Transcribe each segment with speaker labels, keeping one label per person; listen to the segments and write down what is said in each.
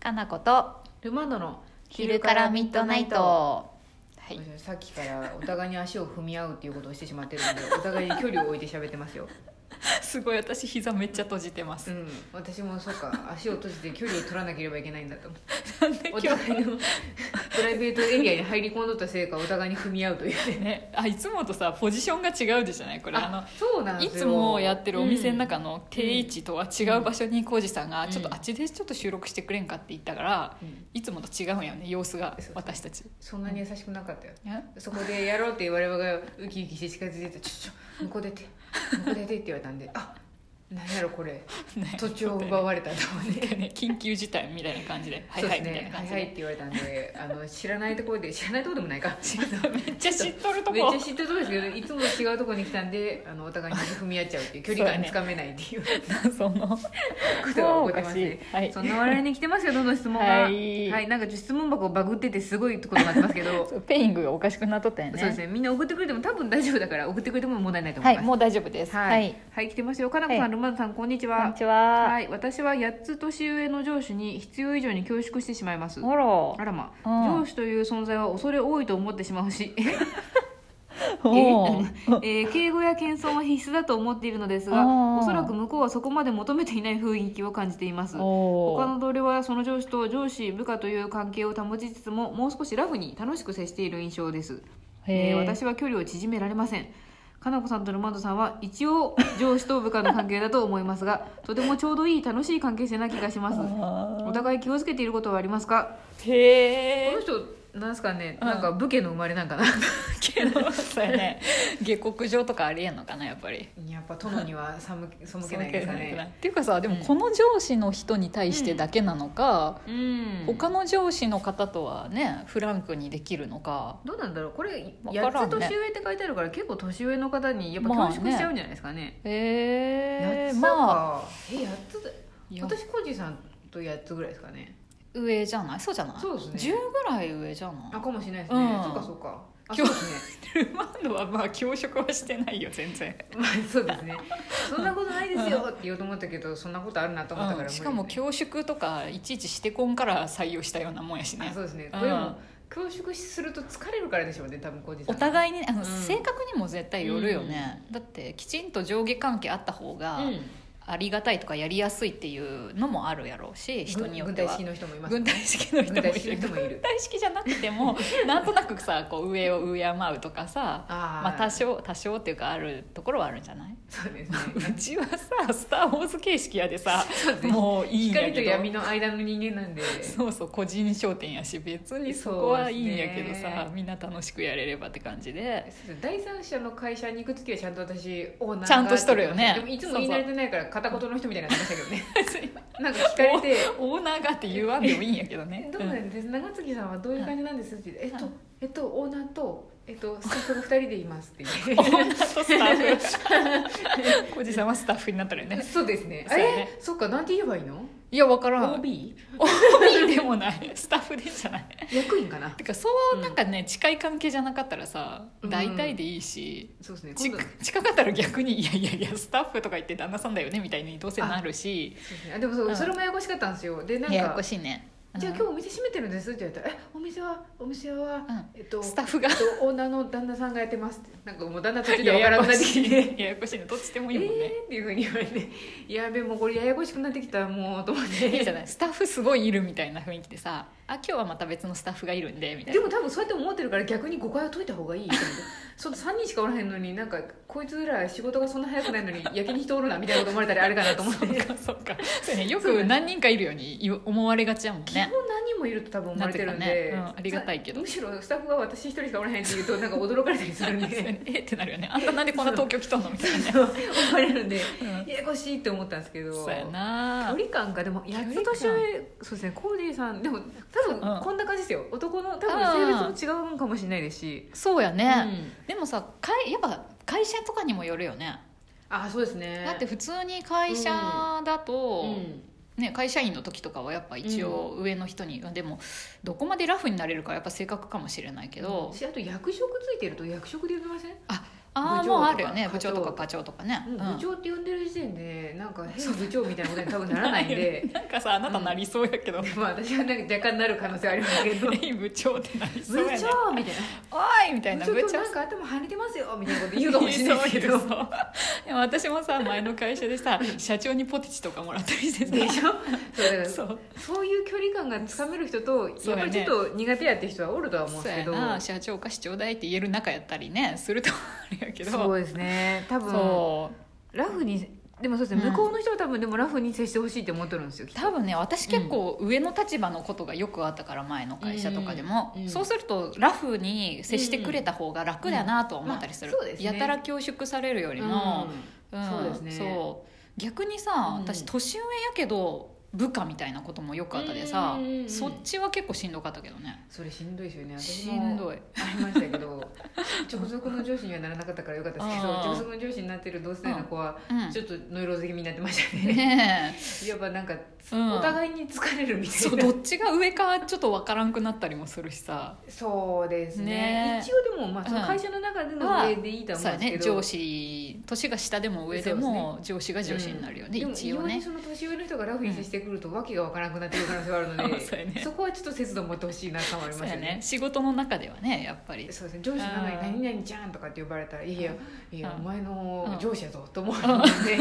Speaker 1: かなこと
Speaker 2: ルマンドの
Speaker 1: 昼からミッドナイトはい
Speaker 2: さっきからお互いに足を踏み合うっていうことをしてしまってる んでお互いに距離を置いて喋ってますよ、
Speaker 1: すごい私膝めっちゃ閉じてま
Speaker 2: う
Speaker 1: す
Speaker 2: ん、私もそ うか足を閉じて距離を取らなければいけないんだと
Speaker 1: なんで今
Speaker 2: お
Speaker 1: 日
Speaker 2: 互いの プライベートエリアに入り込んどったせいかお互いに踏み合うというね
Speaker 1: ねあいつもとさポジションが違うでじゃないこれあの
Speaker 2: そうなん
Speaker 1: い
Speaker 2: ですよ
Speaker 1: つもやってるお店の中の定位置とは違う場所に浩二さんが「
Speaker 2: うん
Speaker 1: ちょっとあっちでちょっと収録してくれんか」って言ったから
Speaker 2: うん、うん
Speaker 1: いつもと違うんやね様子が
Speaker 2: そう
Speaker 1: 私たち
Speaker 2: そんなに優しくなかったよ
Speaker 1: え
Speaker 2: そこでやろうって我々がウキウキして近づいてて「ちょちょ向こう出て向こう出て」って言われたんで「あなんやろこれ
Speaker 1: ね
Speaker 2: 土地を奪われた」と思って。
Speaker 1: ね 緊急事態みたいな感じで「はい
Speaker 2: そう
Speaker 1: は
Speaker 2: で
Speaker 1: い」
Speaker 2: す
Speaker 1: みたいな
Speaker 2: ね、は
Speaker 1: 感
Speaker 2: い
Speaker 1: じ
Speaker 2: はいって
Speaker 1: で
Speaker 2: 言われたん であの知らないところで知らないところでもないか
Speaker 1: めっちゃ知っとると
Speaker 2: めっ
Speaker 1: こ
Speaker 2: ちゃ知ってるところですけどいつも違うところに来たんであのお互いに踏み合っちゃうっていう距離感つかめないっていう
Speaker 1: その
Speaker 2: ことが起こってます
Speaker 1: もうお
Speaker 2: ね
Speaker 1: かしいはい
Speaker 2: そんな我々に来てますよどんどん質問が
Speaker 1: は
Speaker 2: はいい、なんか質問箱バグっててすごいことになってますけど、
Speaker 1: そうペイングがおかしくなっとったよね
Speaker 2: そうですねみんな送ってくれても多分大丈夫だから送ってくれても問題ないと思
Speaker 1: はいい
Speaker 2: ます、
Speaker 1: もう大丈夫です
Speaker 2: は、
Speaker 1: はいい
Speaker 2: はい来てますよ。かなこさん、
Speaker 1: はい
Speaker 2: ルマンドさん、こんにちは。
Speaker 1: こんにちは
Speaker 2: はい、私は8つ年上の上司に必要以上に恐縮してしまいます。
Speaker 1: あら
Speaker 2: あらま、
Speaker 1: うん
Speaker 2: 上司という存在は恐れ多いと思ってしまう し、え
Speaker 1: おー
Speaker 2: えー敬語や謙遜は必須だと思っているのですが
Speaker 1: うん、
Speaker 2: おそらく向こうはそこまで求めていない雰囲気を感じています。
Speaker 1: お
Speaker 2: 他
Speaker 1: ー
Speaker 2: の同僚はその上司と上司部下という関係を保ちつつももう少しラフに楽しく接している印象です
Speaker 1: へ
Speaker 2: え
Speaker 1: ー
Speaker 2: ー私は距離を縮められませんかなこさんとルマンドさんは一応上司と部下の関係だと思いますがとてもちょうどいい楽しい関係性な気がしますお互い気をつけていることはありますか
Speaker 1: へ
Speaker 2: この
Speaker 1: え
Speaker 2: 人なんすかね、
Speaker 1: うん
Speaker 2: なんか武家の生まれなんかな
Speaker 1: けどそうやね下克上とかありえんのかなやっぱり
Speaker 2: やっぱ殿には背け背けないですかね
Speaker 1: っていうかさでも
Speaker 2: うん
Speaker 1: この上司の人に対してだけなのか、
Speaker 2: うん
Speaker 1: 他の上司の方とはねフランクにできるのか
Speaker 2: どうなんだろうこれ
Speaker 1: わ
Speaker 2: 8
Speaker 1: からん
Speaker 2: つ
Speaker 1: ね
Speaker 2: 年上って書いてあるから結構年上の方にやっぱ
Speaker 1: まあね
Speaker 2: 恐縮しちゃうんじゃないですかね
Speaker 1: え
Speaker 2: 八
Speaker 1: ー、
Speaker 2: つだから
Speaker 1: まあ
Speaker 2: え八つだ
Speaker 1: いや
Speaker 2: 私コージーさんと八つぐらいですかね
Speaker 1: 上じゃないそうじゃない
Speaker 2: そうですね
Speaker 1: 10ぐらい上じゃな
Speaker 2: あ
Speaker 1: い
Speaker 2: かもしれないですね、
Speaker 1: うん
Speaker 2: そうかそうかあそ
Speaker 1: 今
Speaker 2: う
Speaker 1: 日
Speaker 2: ですね
Speaker 1: ルマンドはまあ教職はしてないよ全然、
Speaker 2: まあそうですね そんなことないですよって言おうと思ったけどそんなことあるなと思ったから、
Speaker 1: うんしかも教職とかいちいちしてこんから採用したようなもんやし
Speaker 2: ね
Speaker 1: ね
Speaker 2: そうですね
Speaker 1: うん
Speaker 2: これも恐縮すると疲れるからでしょうね多分コージーさ
Speaker 1: お
Speaker 2: んい
Speaker 1: 互いにあの、
Speaker 2: うん
Speaker 1: 性格にも絶対よるよね、だってきちんと上下関係あった方が、
Speaker 2: うん、
Speaker 1: ありがたいとかやりやすいっていうのもあるやろうし人によって
Speaker 2: 軍隊
Speaker 1: は
Speaker 2: 式の人もいます
Speaker 1: 軍隊式の人もいる
Speaker 2: 軍隊式の人もいる
Speaker 1: 軍隊式じゃなくても なんとなくさこう上を敬うとかさ
Speaker 2: あー
Speaker 1: まあ多少多少っていうかあるところはあるんじゃない
Speaker 2: そうですね
Speaker 1: うちはさ「スター・ウォーズ」形式やでさ
Speaker 2: そうです ね
Speaker 1: もういいんや
Speaker 2: 光と
Speaker 1: け
Speaker 2: 闇
Speaker 1: ど
Speaker 2: の間の人間なんで
Speaker 1: そうそう個人商店やし別にそこはいいんやけど
Speaker 2: そう
Speaker 1: さ、
Speaker 2: ですね
Speaker 1: みんな楽しくやれればって感じ で
Speaker 2: 第三者の会社に行く時はちゃんと私オーナーが
Speaker 1: ちゃんとしとるよね
Speaker 2: でもいつも言い慣れてないから片言の人みたいになってましたけどねなんか聞かれて
Speaker 1: オーナーがって言わんでもいいんやけ どね
Speaker 2: えどうなんです長月さんはどういう感じなんですって言ってえっとえっとオーナーとえっとスタッフが2人でいますって言
Speaker 1: オ
Speaker 2: っ
Speaker 1: ーナーとスタッフ おじさんはスタッフになったら
Speaker 2: て
Speaker 1: ね
Speaker 2: そうですね
Speaker 1: そうやね
Speaker 2: えそっかなんて言えばいいの
Speaker 1: いや分からん
Speaker 2: OB?
Speaker 1: OB でもない スタッフでじゃない
Speaker 2: 役員かな
Speaker 1: てかそう
Speaker 2: うん
Speaker 1: なんかね、近い関係じゃなかったらさ
Speaker 2: うん
Speaker 1: 大体でいいし、
Speaker 2: そうですね
Speaker 1: ち
Speaker 2: 今度そう
Speaker 1: 近かったら逆に「いやいやいやスタッフとか言って旦那さんだよね」みたいにどうせなるし
Speaker 2: ですねあでもそううんそれもややこしかったんですよでなん
Speaker 1: ややこ
Speaker 2: か
Speaker 1: しいね
Speaker 2: じゃあ
Speaker 1: うん
Speaker 2: 今日お店閉めてるんですって言われたら「えお店はお店は
Speaker 1: うん
Speaker 2: えっと
Speaker 1: スタッフが
Speaker 2: えっとオーナーの旦那さんがやってます」ってなんかもう旦那途中で
Speaker 1: や
Speaker 2: 分から
Speaker 1: や
Speaker 2: なく
Speaker 1: こ
Speaker 2: なって
Speaker 1: し
Speaker 2: き
Speaker 1: い
Speaker 2: て
Speaker 1: ねややこしいねどっちでも
Speaker 2: え
Speaker 1: いいもんね、
Speaker 2: ーっていうふうに言われて「やべもうこれややこしくなってきたもう」と思って
Speaker 1: いいじゃないスタッフすごいいるみたいな雰囲気でさ「あ今日はまた別のスタッフがいるんで」みたい
Speaker 2: で
Speaker 1: な
Speaker 2: も多分そうやって思ってるから逆に誤解を解いた方がいいと思ってその3人しかおらへんのになんかこいつら仕事がそんな早くないのに焼きに人おるなみたいなこと思われたらあれかなと思って
Speaker 1: そうかそうかそうねよく何人かいるように言う思われがちやもん
Speaker 2: 基 本
Speaker 1: ね
Speaker 2: 何人もいると多分思われてるんで、
Speaker 1: なってるかねうんありがたいけど
Speaker 2: むしろスタッフが私一人しかおらへんって言うとなんか驚かれたりするんで
Speaker 1: えってなるよねあんたなんでこんな東京来たのみたいなね
Speaker 2: そう思われるんで
Speaker 1: うん
Speaker 2: ややこしいって思ったんですけど
Speaker 1: そうや
Speaker 2: 距
Speaker 1: な
Speaker 2: 離感がでも
Speaker 1: 離
Speaker 2: 8
Speaker 1: 感
Speaker 2: つ年上そうですねコーディさんでも多
Speaker 1: うん
Speaker 2: 分こんな感じですよ男の多
Speaker 1: うん
Speaker 2: 分性別も違うんかもしれないですし、
Speaker 1: そうや
Speaker 2: う
Speaker 1: ね、
Speaker 2: ん
Speaker 1: でもさかいやっぱ会社とかにもよるよね
Speaker 2: あそうですね
Speaker 1: だって普通に会社だと、
Speaker 2: うん
Speaker 1: ね、会社員の時とかはやっぱ一応上の人に、でもどこまでラフになれるかはやっぱ性格かもしれないけど、
Speaker 2: うんしあと役職ついてると役職で呼びません
Speaker 1: あああ
Speaker 2: 部長
Speaker 1: もうあるよね
Speaker 2: 課
Speaker 1: 部
Speaker 2: 長
Speaker 1: 長とか課長とかね、
Speaker 2: もう
Speaker 1: うん
Speaker 2: 部長って呼んでる時点でなんか変部長みたいなことに多分ならないん で
Speaker 1: なんかさあなたなりそうやけど、
Speaker 2: まあ私はなんか若干なる可能性はありますけど部
Speaker 1: いい部長ってなり そうやね
Speaker 2: 長みたい
Speaker 1: おいみたいな
Speaker 2: な部
Speaker 1: 部
Speaker 2: 長今日
Speaker 1: 長
Speaker 2: なんか頭跳ねてますよみたいなこと言うかもしれないですけ ど
Speaker 1: そうそうでも私もさ前の会社でさ社長にポテチとかもらったりしてさ
Speaker 2: でしょそうだ から
Speaker 1: そう
Speaker 2: そういう距離感がつかめる人と
Speaker 1: そう
Speaker 2: や
Speaker 1: や
Speaker 2: っ
Speaker 1: ね
Speaker 2: ぱりちょっと苦手やって人はおるとは思うん
Speaker 1: そう
Speaker 2: ですけ
Speaker 1: や
Speaker 2: ど
Speaker 1: な社長か市長代って言える仲やったりねするとあれやけど
Speaker 2: そうですね多分
Speaker 1: そう
Speaker 2: ラフにでもそうですね
Speaker 1: うん
Speaker 2: 向こうの人は多分でもラフに接してほしいって思ってるんですよきっと
Speaker 1: 多分ね私結構上の立場のことがよくあったから前の会社とかでも、
Speaker 2: うんうん
Speaker 1: そうするとラフに接してくれた方が楽だなとは思ったりする、
Speaker 2: うんまあそうですね
Speaker 1: やたら恐縮されるよりも、うん
Speaker 2: そうですね
Speaker 1: そう逆にさ
Speaker 2: うん
Speaker 1: 私年上やけど部下みたいなこともよくあったでさ、
Speaker 2: うんうんうん
Speaker 1: そっちは結構しんどかったけどね
Speaker 2: それしんどいですよね私
Speaker 1: し
Speaker 2: も
Speaker 1: んどい
Speaker 2: ありましたけど 直属の上司にはならなかったからよかったですけど
Speaker 1: あー
Speaker 2: 直属の上司になってる同世代の子は
Speaker 1: うん
Speaker 2: ちょっとノイローゼ気味になってましたね
Speaker 1: ねえ
Speaker 2: やっぱなんか、
Speaker 1: うん
Speaker 2: お互いに疲れるみた
Speaker 1: そう
Speaker 2: いな
Speaker 1: どっちが上かちょっと分からんくなったりもするしさ
Speaker 2: そうですね
Speaker 1: ね
Speaker 2: 一応でも、まあ、その
Speaker 1: うん
Speaker 2: 会社の中での
Speaker 1: は
Speaker 2: 上でいいとは
Speaker 1: そ
Speaker 2: 思
Speaker 1: う
Speaker 2: う
Speaker 1: や
Speaker 2: んですけ
Speaker 1: ね
Speaker 2: ど、
Speaker 1: 上司年が下でも上でも上司が
Speaker 2: うん
Speaker 1: 上司になるよね、
Speaker 2: でも
Speaker 1: 一応
Speaker 2: 異様に
Speaker 1: ね
Speaker 2: その年上の人がラフに接してくると訳が分からなくなってくる可能性があるので
Speaker 1: そうやね
Speaker 2: こはちょっと節度を持ってほしいなとは思い
Speaker 1: そ
Speaker 2: ま
Speaker 1: う
Speaker 2: す
Speaker 1: や
Speaker 2: よ
Speaker 1: ね
Speaker 2: ね
Speaker 1: 仕事の中ではねやっぱり
Speaker 2: そうですね上司なの
Speaker 1: う
Speaker 2: に
Speaker 1: ん
Speaker 2: 「何々ちゃん」とかって呼ばれたら「いやいやいや
Speaker 1: うん
Speaker 2: お前の
Speaker 1: うん
Speaker 2: 上司やぞ」と思うので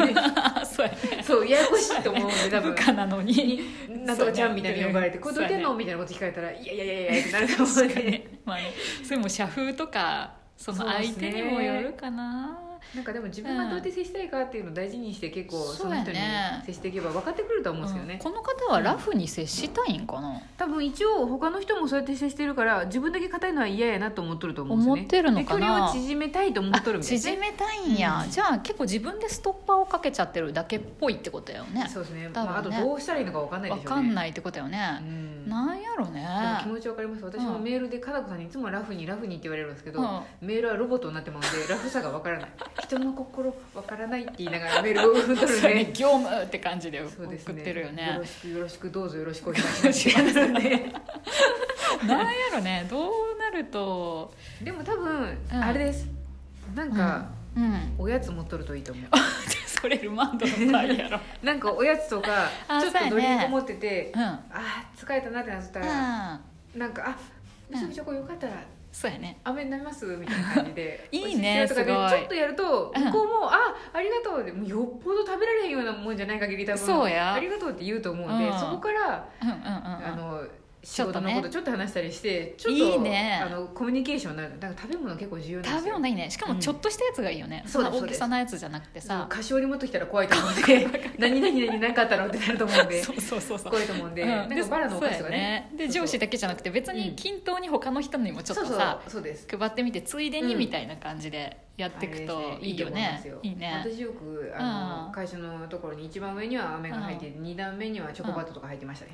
Speaker 1: そうやね
Speaker 2: そうややこしいと思うんで多
Speaker 1: 部
Speaker 2: 分
Speaker 1: 下なのに
Speaker 2: 「なんとかちゃん」みたいに呼ばれて「こ
Speaker 1: そ
Speaker 2: れ
Speaker 1: う
Speaker 2: ど
Speaker 1: や
Speaker 2: うやって
Speaker 1: ね
Speaker 2: んの?」みたいなこと聞かれたら「いやいやいやいや」ってなると思う
Speaker 1: 確
Speaker 2: ん
Speaker 1: か
Speaker 2: で
Speaker 1: にまあねそれも社風とかその相手にもよるかな
Speaker 2: なんかでも自分がどうやって接したいかっていうのを大事にして結構
Speaker 1: うん
Speaker 2: その人に
Speaker 1: そうやね
Speaker 2: 接していけば分かってくるとは思うんですけど
Speaker 1: うん
Speaker 2: ね
Speaker 1: この方はラフに接したいんかな、
Speaker 2: 多分一応他の人もそうやって接してるから自分だけ硬いのは嫌やなと思っとると思うんですよね
Speaker 1: 思ってるのかな
Speaker 2: で距離を縮めたいと思っとるみたいなね、
Speaker 1: 縮めたいんや、
Speaker 2: うん
Speaker 1: じゃあ結構自分でストッパーをかけちゃってるだけっぽいってことやよね
Speaker 2: そうですね
Speaker 1: 多分ね
Speaker 2: まあ、あとどうしたらいいのか分かんないで
Speaker 1: わ
Speaker 2: しょうね
Speaker 1: かんないってことよ
Speaker 2: う
Speaker 1: ね、
Speaker 2: ん
Speaker 1: なんやろね
Speaker 2: でも気持ち分かります私も
Speaker 1: うん
Speaker 2: メールで加奈子さんにいつもラフにラフにって言われるんですけど、
Speaker 1: うん
Speaker 2: メールはロボットになってまうのでラフさが 分からない人の心分からないって言いながらメールを送っとる ん
Speaker 1: それ
Speaker 2: で
Speaker 1: 業務って感じで送
Speaker 2: そうですね
Speaker 1: ってるよ
Speaker 2: よ
Speaker 1: ね
Speaker 2: ろしくよろしくどうぞよろしくお願いしますって言 われるんで
Speaker 1: なんやろねどうなると
Speaker 2: でも多分、
Speaker 1: うん
Speaker 2: あれですなんか、
Speaker 1: うん
Speaker 2: おやつ持っとるといいと思う
Speaker 1: それルマンドの場合やろ
Speaker 2: なんかおやつとか
Speaker 1: あ
Speaker 2: ちょっとド
Speaker 1: そう
Speaker 2: リ
Speaker 1: や
Speaker 2: ン
Speaker 1: ね
Speaker 2: ク持ってて、
Speaker 1: うん
Speaker 2: あー疲れたなってなったら、
Speaker 1: あ
Speaker 2: なんか「あみそみチョコよかったら
Speaker 1: そうやね
Speaker 2: 飴になります」みたいな感じで
Speaker 1: いいね
Speaker 2: お寿司屋とかです
Speaker 1: ごい
Speaker 2: ちょっとやると
Speaker 1: うん
Speaker 2: 向こうも「あありがとう」でもうよっぽど食べられへんようなもんじゃない限り多分
Speaker 1: そうや
Speaker 2: ありがとう」って言うと思うんで、
Speaker 1: うん
Speaker 2: そこから、
Speaker 1: うんうん
Speaker 2: あ
Speaker 1: うんうん
Speaker 2: の仕
Speaker 1: ちょっ
Speaker 2: 事
Speaker 1: と
Speaker 2: の
Speaker 1: ね
Speaker 2: ことちょっと話したりしてちょっと
Speaker 1: いいね
Speaker 2: あのコミュニケーションになるだから食べ物結構重要なんで
Speaker 1: 食
Speaker 2: す
Speaker 1: べ
Speaker 2: よ
Speaker 1: 物いいねしかもちょっとしたやつがいいよね、
Speaker 2: うん
Speaker 1: そんな
Speaker 2: そう
Speaker 1: 大
Speaker 2: です
Speaker 1: げさなやつじゃなくて
Speaker 2: そう
Speaker 1: さ
Speaker 2: 菓子折り持ってきたら怖いと思うんで 何々何何かあったのってなると思うんで
Speaker 1: そうそうそうそう
Speaker 2: 怖いと思うんで、
Speaker 1: うん
Speaker 2: なんかバラのお菓子
Speaker 1: そ
Speaker 2: と
Speaker 1: う
Speaker 2: か
Speaker 1: や
Speaker 2: ね
Speaker 1: ねで
Speaker 2: そうそう
Speaker 1: 上司だけじゃなくて別に均等に他の人にもちょっとさ、
Speaker 2: そうそうそうです
Speaker 1: 配ってみてついでに
Speaker 2: うん
Speaker 1: みたいな感じでやっていくといいよね,、
Speaker 2: あれです
Speaker 1: い
Speaker 2: い
Speaker 1: い
Speaker 2: いと思い
Speaker 1: ね
Speaker 2: ますよ私よくあの、
Speaker 1: うん
Speaker 2: 会社のところに一番上には飴が入ってて、二段目にはチョコバットとか入ってましたね、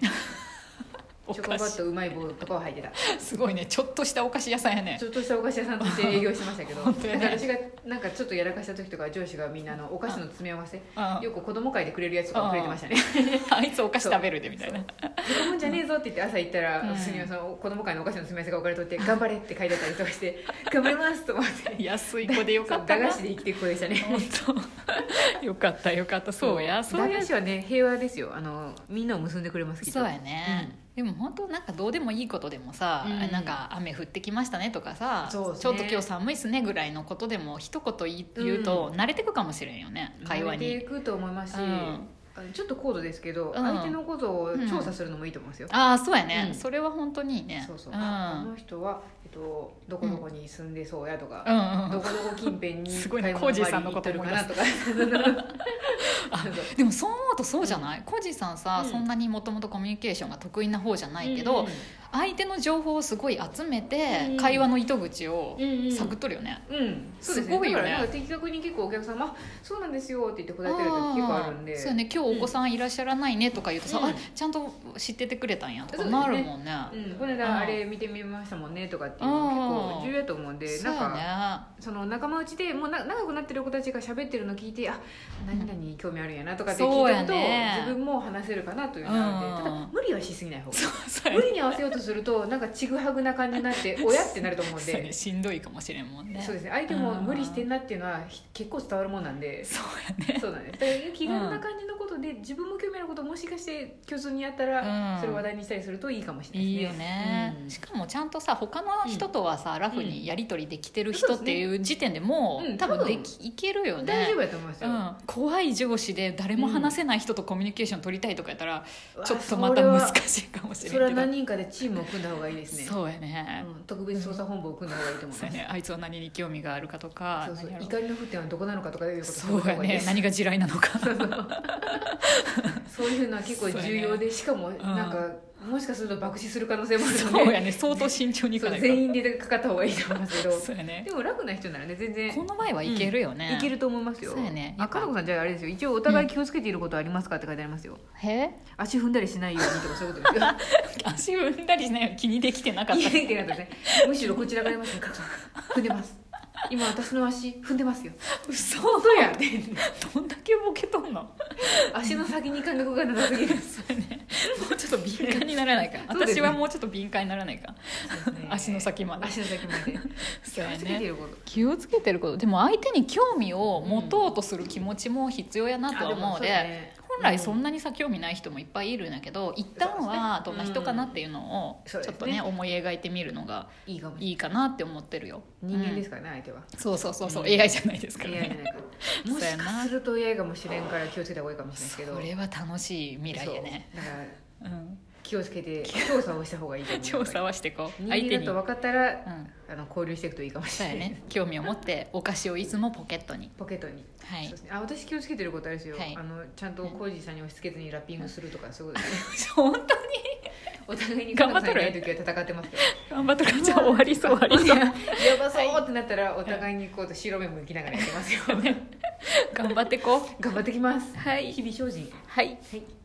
Speaker 1: お
Speaker 2: チョコバ
Speaker 1: 菓
Speaker 2: ッ
Speaker 1: 子
Speaker 2: トうまい棒とかは入ってた
Speaker 1: すごいねちょっとしたお菓子屋さんやね
Speaker 2: ちょっとしたお菓子屋さんとして営業してましたけど
Speaker 1: 本当やね
Speaker 2: なんか私がなんかちょっとやらかした時とか上司がみんなあのお菓子の詰め合わせ、
Speaker 1: うん
Speaker 2: よく子供会でくれるやつとかくれてましたね、
Speaker 1: あいつお菓子食べるでみたいな
Speaker 2: 子供じゃねえぞって言って朝行ったら、
Speaker 1: うん
Speaker 2: すみません子供会のお菓子の詰め合わせが置かれとって「頑張れ」って書いてあったりとかして「頑張ります」と思って
Speaker 1: 安い子でよかった
Speaker 2: 駄
Speaker 1: な
Speaker 2: 菓子で生きていく子でしたね
Speaker 1: 本当よかったよかったそうやそう
Speaker 2: 駄
Speaker 1: や
Speaker 2: 菓子はね平和ですよあのみんなを結んでくれますきっと
Speaker 1: そうやね、でも本当なんかどうでもいいことでもさ、
Speaker 2: うん
Speaker 1: なんか雨降ってきましたねとかさ、
Speaker 2: そうですね
Speaker 1: ちょっと今日寒いっすねぐらいのことでも一言言い言うと慣れてくかもしれんよね、会話
Speaker 2: 慣れ
Speaker 1: に
Speaker 2: ていくと思いますし、
Speaker 1: うん
Speaker 2: あのちょっと高度ですけど、
Speaker 1: ん
Speaker 2: 相手のことを調査するのもいいと思いますよ、
Speaker 1: ああそうやね、
Speaker 2: うん
Speaker 1: それは本当にいいね
Speaker 2: そうそう、
Speaker 1: ん、
Speaker 2: あこの人は、えっと、どこどこに住んでそうやとか、
Speaker 1: うんうん
Speaker 2: どこどこ近辺 に
Speaker 1: すごいね
Speaker 2: 買物回り
Speaker 1: コージ
Speaker 2: に
Speaker 1: ーさんのこと思い出す
Speaker 2: 行ってるかなとか そうそう
Speaker 1: でもそう思うとそうじゃない、コージーさんさ、
Speaker 2: うん
Speaker 1: そんなにもともとコミュニケーションが得意な方じゃないけど、相手の情報をすごい集めて、
Speaker 2: うん
Speaker 1: 会話の糸口を
Speaker 2: うんうん
Speaker 1: 探っとるよね、
Speaker 2: うん、そうです
Speaker 1: す
Speaker 2: ね
Speaker 1: ごいよね
Speaker 2: だからなんか的確に結構お客様あそうなんですよって言って答えてる時結構あるんで
Speaker 1: あーそうよね今日お子さんいらっしゃらないねとか言うとさ、
Speaker 2: うん
Speaker 1: あちゃんと知っててくれたんやと
Speaker 2: そう
Speaker 1: か
Speaker 2: です
Speaker 1: な
Speaker 2: ね
Speaker 1: るもんね
Speaker 2: うん、この間あれ見てみましたもんねとかっていうの結構重要やと思うんで
Speaker 1: そ
Speaker 2: な
Speaker 1: うん
Speaker 2: か、
Speaker 1: や
Speaker 2: その仲間内でもうな長くなってる子たちが喋ってるの聞いてあ何々に興味あるんやなとかって聞
Speaker 1: そう
Speaker 2: いて
Speaker 1: や
Speaker 2: ると、
Speaker 1: ね
Speaker 2: 自分も話せるかなというのがあるんで、
Speaker 1: うん
Speaker 2: ただ無理はしすぎない方が
Speaker 1: ねそうそう
Speaker 2: 無
Speaker 1: やね
Speaker 2: 理に合わせようとするとなんかちぐはぐな感じになって親ってなると思うん
Speaker 1: そう
Speaker 2: で
Speaker 1: ねしんどいかもしれんもんね
Speaker 2: そうですね相手も無理してんなっていうのはひ結構伝わるもんなんで
Speaker 1: そうやね
Speaker 2: そうなんですだから気軽な感じのことで、自分も興味あることもしかして共通にやったら、
Speaker 1: うん
Speaker 2: それを話題にしたりするといいかもしれない
Speaker 1: い
Speaker 2: です
Speaker 1: い
Speaker 2: ね
Speaker 1: よね、
Speaker 2: うん
Speaker 1: しかもちゃんとさ他の人とはさ、ラフにやり取りできてる人
Speaker 2: うん
Speaker 1: っていう時点でもう、
Speaker 2: うん
Speaker 1: 多分
Speaker 2: 多
Speaker 1: で
Speaker 2: 分
Speaker 1: きいけるよね
Speaker 2: 大丈夫やと思います
Speaker 1: う
Speaker 2: よ、
Speaker 1: ん、怖い上司で誰も話せない人とコミュニケーション取りたいとかやったら、
Speaker 2: うわ
Speaker 1: ちょっとまた難しいかもし
Speaker 2: それは
Speaker 1: れ
Speaker 2: それ
Speaker 1: なけど
Speaker 2: はい何人かでチームを組んだ方がいいですね
Speaker 1: そうやね,、
Speaker 2: うん、特別捜査本部を組んだ方がいいと思い
Speaker 1: そう
Speaker 2: ま
Speaker 1: や
Speaker 2: す、
Speaker 1: ねあいつは何に興味があるかとか
Speaker 2: そうそう
Speaker 1: 何やろ
Speaker 2: 怒りの沸点はどこなのかとかいうこと
Speaker 1: そうや
Speaker 2: がいい で
Speaker 1: ね
Speaker 2: す
Speaker 1: 何が地雷なのか
Speaker 2: そういうのは結構重要で、しかもなんか、もしかすると爆死する可能性もあるので
Speaker 1: そうやね相当慎重にいか
Speaker 2: そ
Speaker 1: な
Speaker 2: う
Speaker 1: いと
Speaker 2: 全員でかかった方がいいと思いますけど
Speaker 1: そうやね
Speaker 2: でも楽な人ならね全然
Speaker 1: この前はいけるよね、
Speaker 2: いけると思いますよ
Speaker 1: そうやね
Speaker 2: あかのこさんじゃああれですよ一応お互い気をつけていることありますかって書いてありますよ
Speaker 1: へ
Speaker 2: 足踏んだりしないようにとかそういうことです
Speaker 1: 足
Speaker 2: よ
Speaker 1: 踏んだりしないよ気にできてなかった
Speaker 2: 言えてなかったねむしろこちらがありますねかのこさん踏んでます今私の足踏んでますよ
Speaker 1: 嘘
Speaker 2: 本当やって
Speaker 1: どんだけボケとんの
Speaker 2: 足の先に感覚が長すぎる
Speaker 1: そうやねもうちょっと敏感にならないか、
Speaker 2: そうです
Speaker 1: 私
Speaker 2: ね
Speaker 1: はもうちょっと敏感にならないか足の先まで
Speaker 2: 足の先まで気
Speaker 1: そう
Speaker 2: を
Speaker 1: や
Speaker 2: つけてい
Speaker 1: ね
Speaker 2: ること
Speaker 1: 気をつけてることでも相手に興味を持とうとする気持ちも必要やなとは思うので,、本来そん
Speaker 2: な
Speaker 1: なにさ興味ない人もいっぱいいるんだけど一旦はど
Speaker 2: そうですね
Speaker 1: んな人かなっていうのを
Speaker 2: うん
Speaker 1: ちょ
Speaker 2: そう
Speaker 1: っ
Speaker 2: ですね
Speaker 1: とね思い描いてみるのが
Speaker 2: いいかもしれない
Speaker 1: いいかなって思ってるよ、
Speaker 2: 人間ですすからね相手は
Speaker 1: うんそうそうそうそう、
Speaker 2: うん
Speaker 1: AI じゃないですから
Speaker 2: AI じゃ
Speaker 1: ね
Speaker 2: ないからもしかすると AI かもしれんから気をつけた方がいいかもしれない
Speaker 1: そ
Speaker 2: けど
Speaker 1: れは楽しい未来やね
Speaker 2: そうだから
Speaker 1: うん
Speaker 2: 気をつけて調査をした方がいいと思う
Speaker 1: 調査はしてこう
Speaker 2: 人
Speaker 1: 相手
Speaker 2: 間だ
Speaker 1: に、
Speaker 2: と
Speaker 1: うん、
Speaker 2: 分かったらあの交流していくといいかもし
Speaker 1: そう
Speaker 2: れ
Speaker 1: や
Speaker 2: ない、
Speaker 1: ね興味を持ってお菓子をいつもポケットに
Speaker 2: ポケットに、
Speaker 1: は
Speaker 2: そう
Speaker 1: い
Speaker 2: ですね、あ私気をつけてることあれですよ、
Speaker 1: はい
Speaker 2: あのちゃんとコージーさんに押し付けずにラッピングするとかそういうことですね
Speaker 1: 本当に
Speaker 2: お互いに
Speaker 1: 頑張っとる
Speaker 2: 加藤さんいない時は戦ってま すけど
Speaker 1: 頑張っとかじゃあ終わり そう終わりそう
Speaker 2: やばそうってなったらお互いにこう白目向きながらやってますよ
Speaker 1: 頑張ってこう
Speaker 2: 頑張ってきます
Speaker 1: はい
Speaker 2: 日々精進
Speaker 1: はい
Speaker 2: はい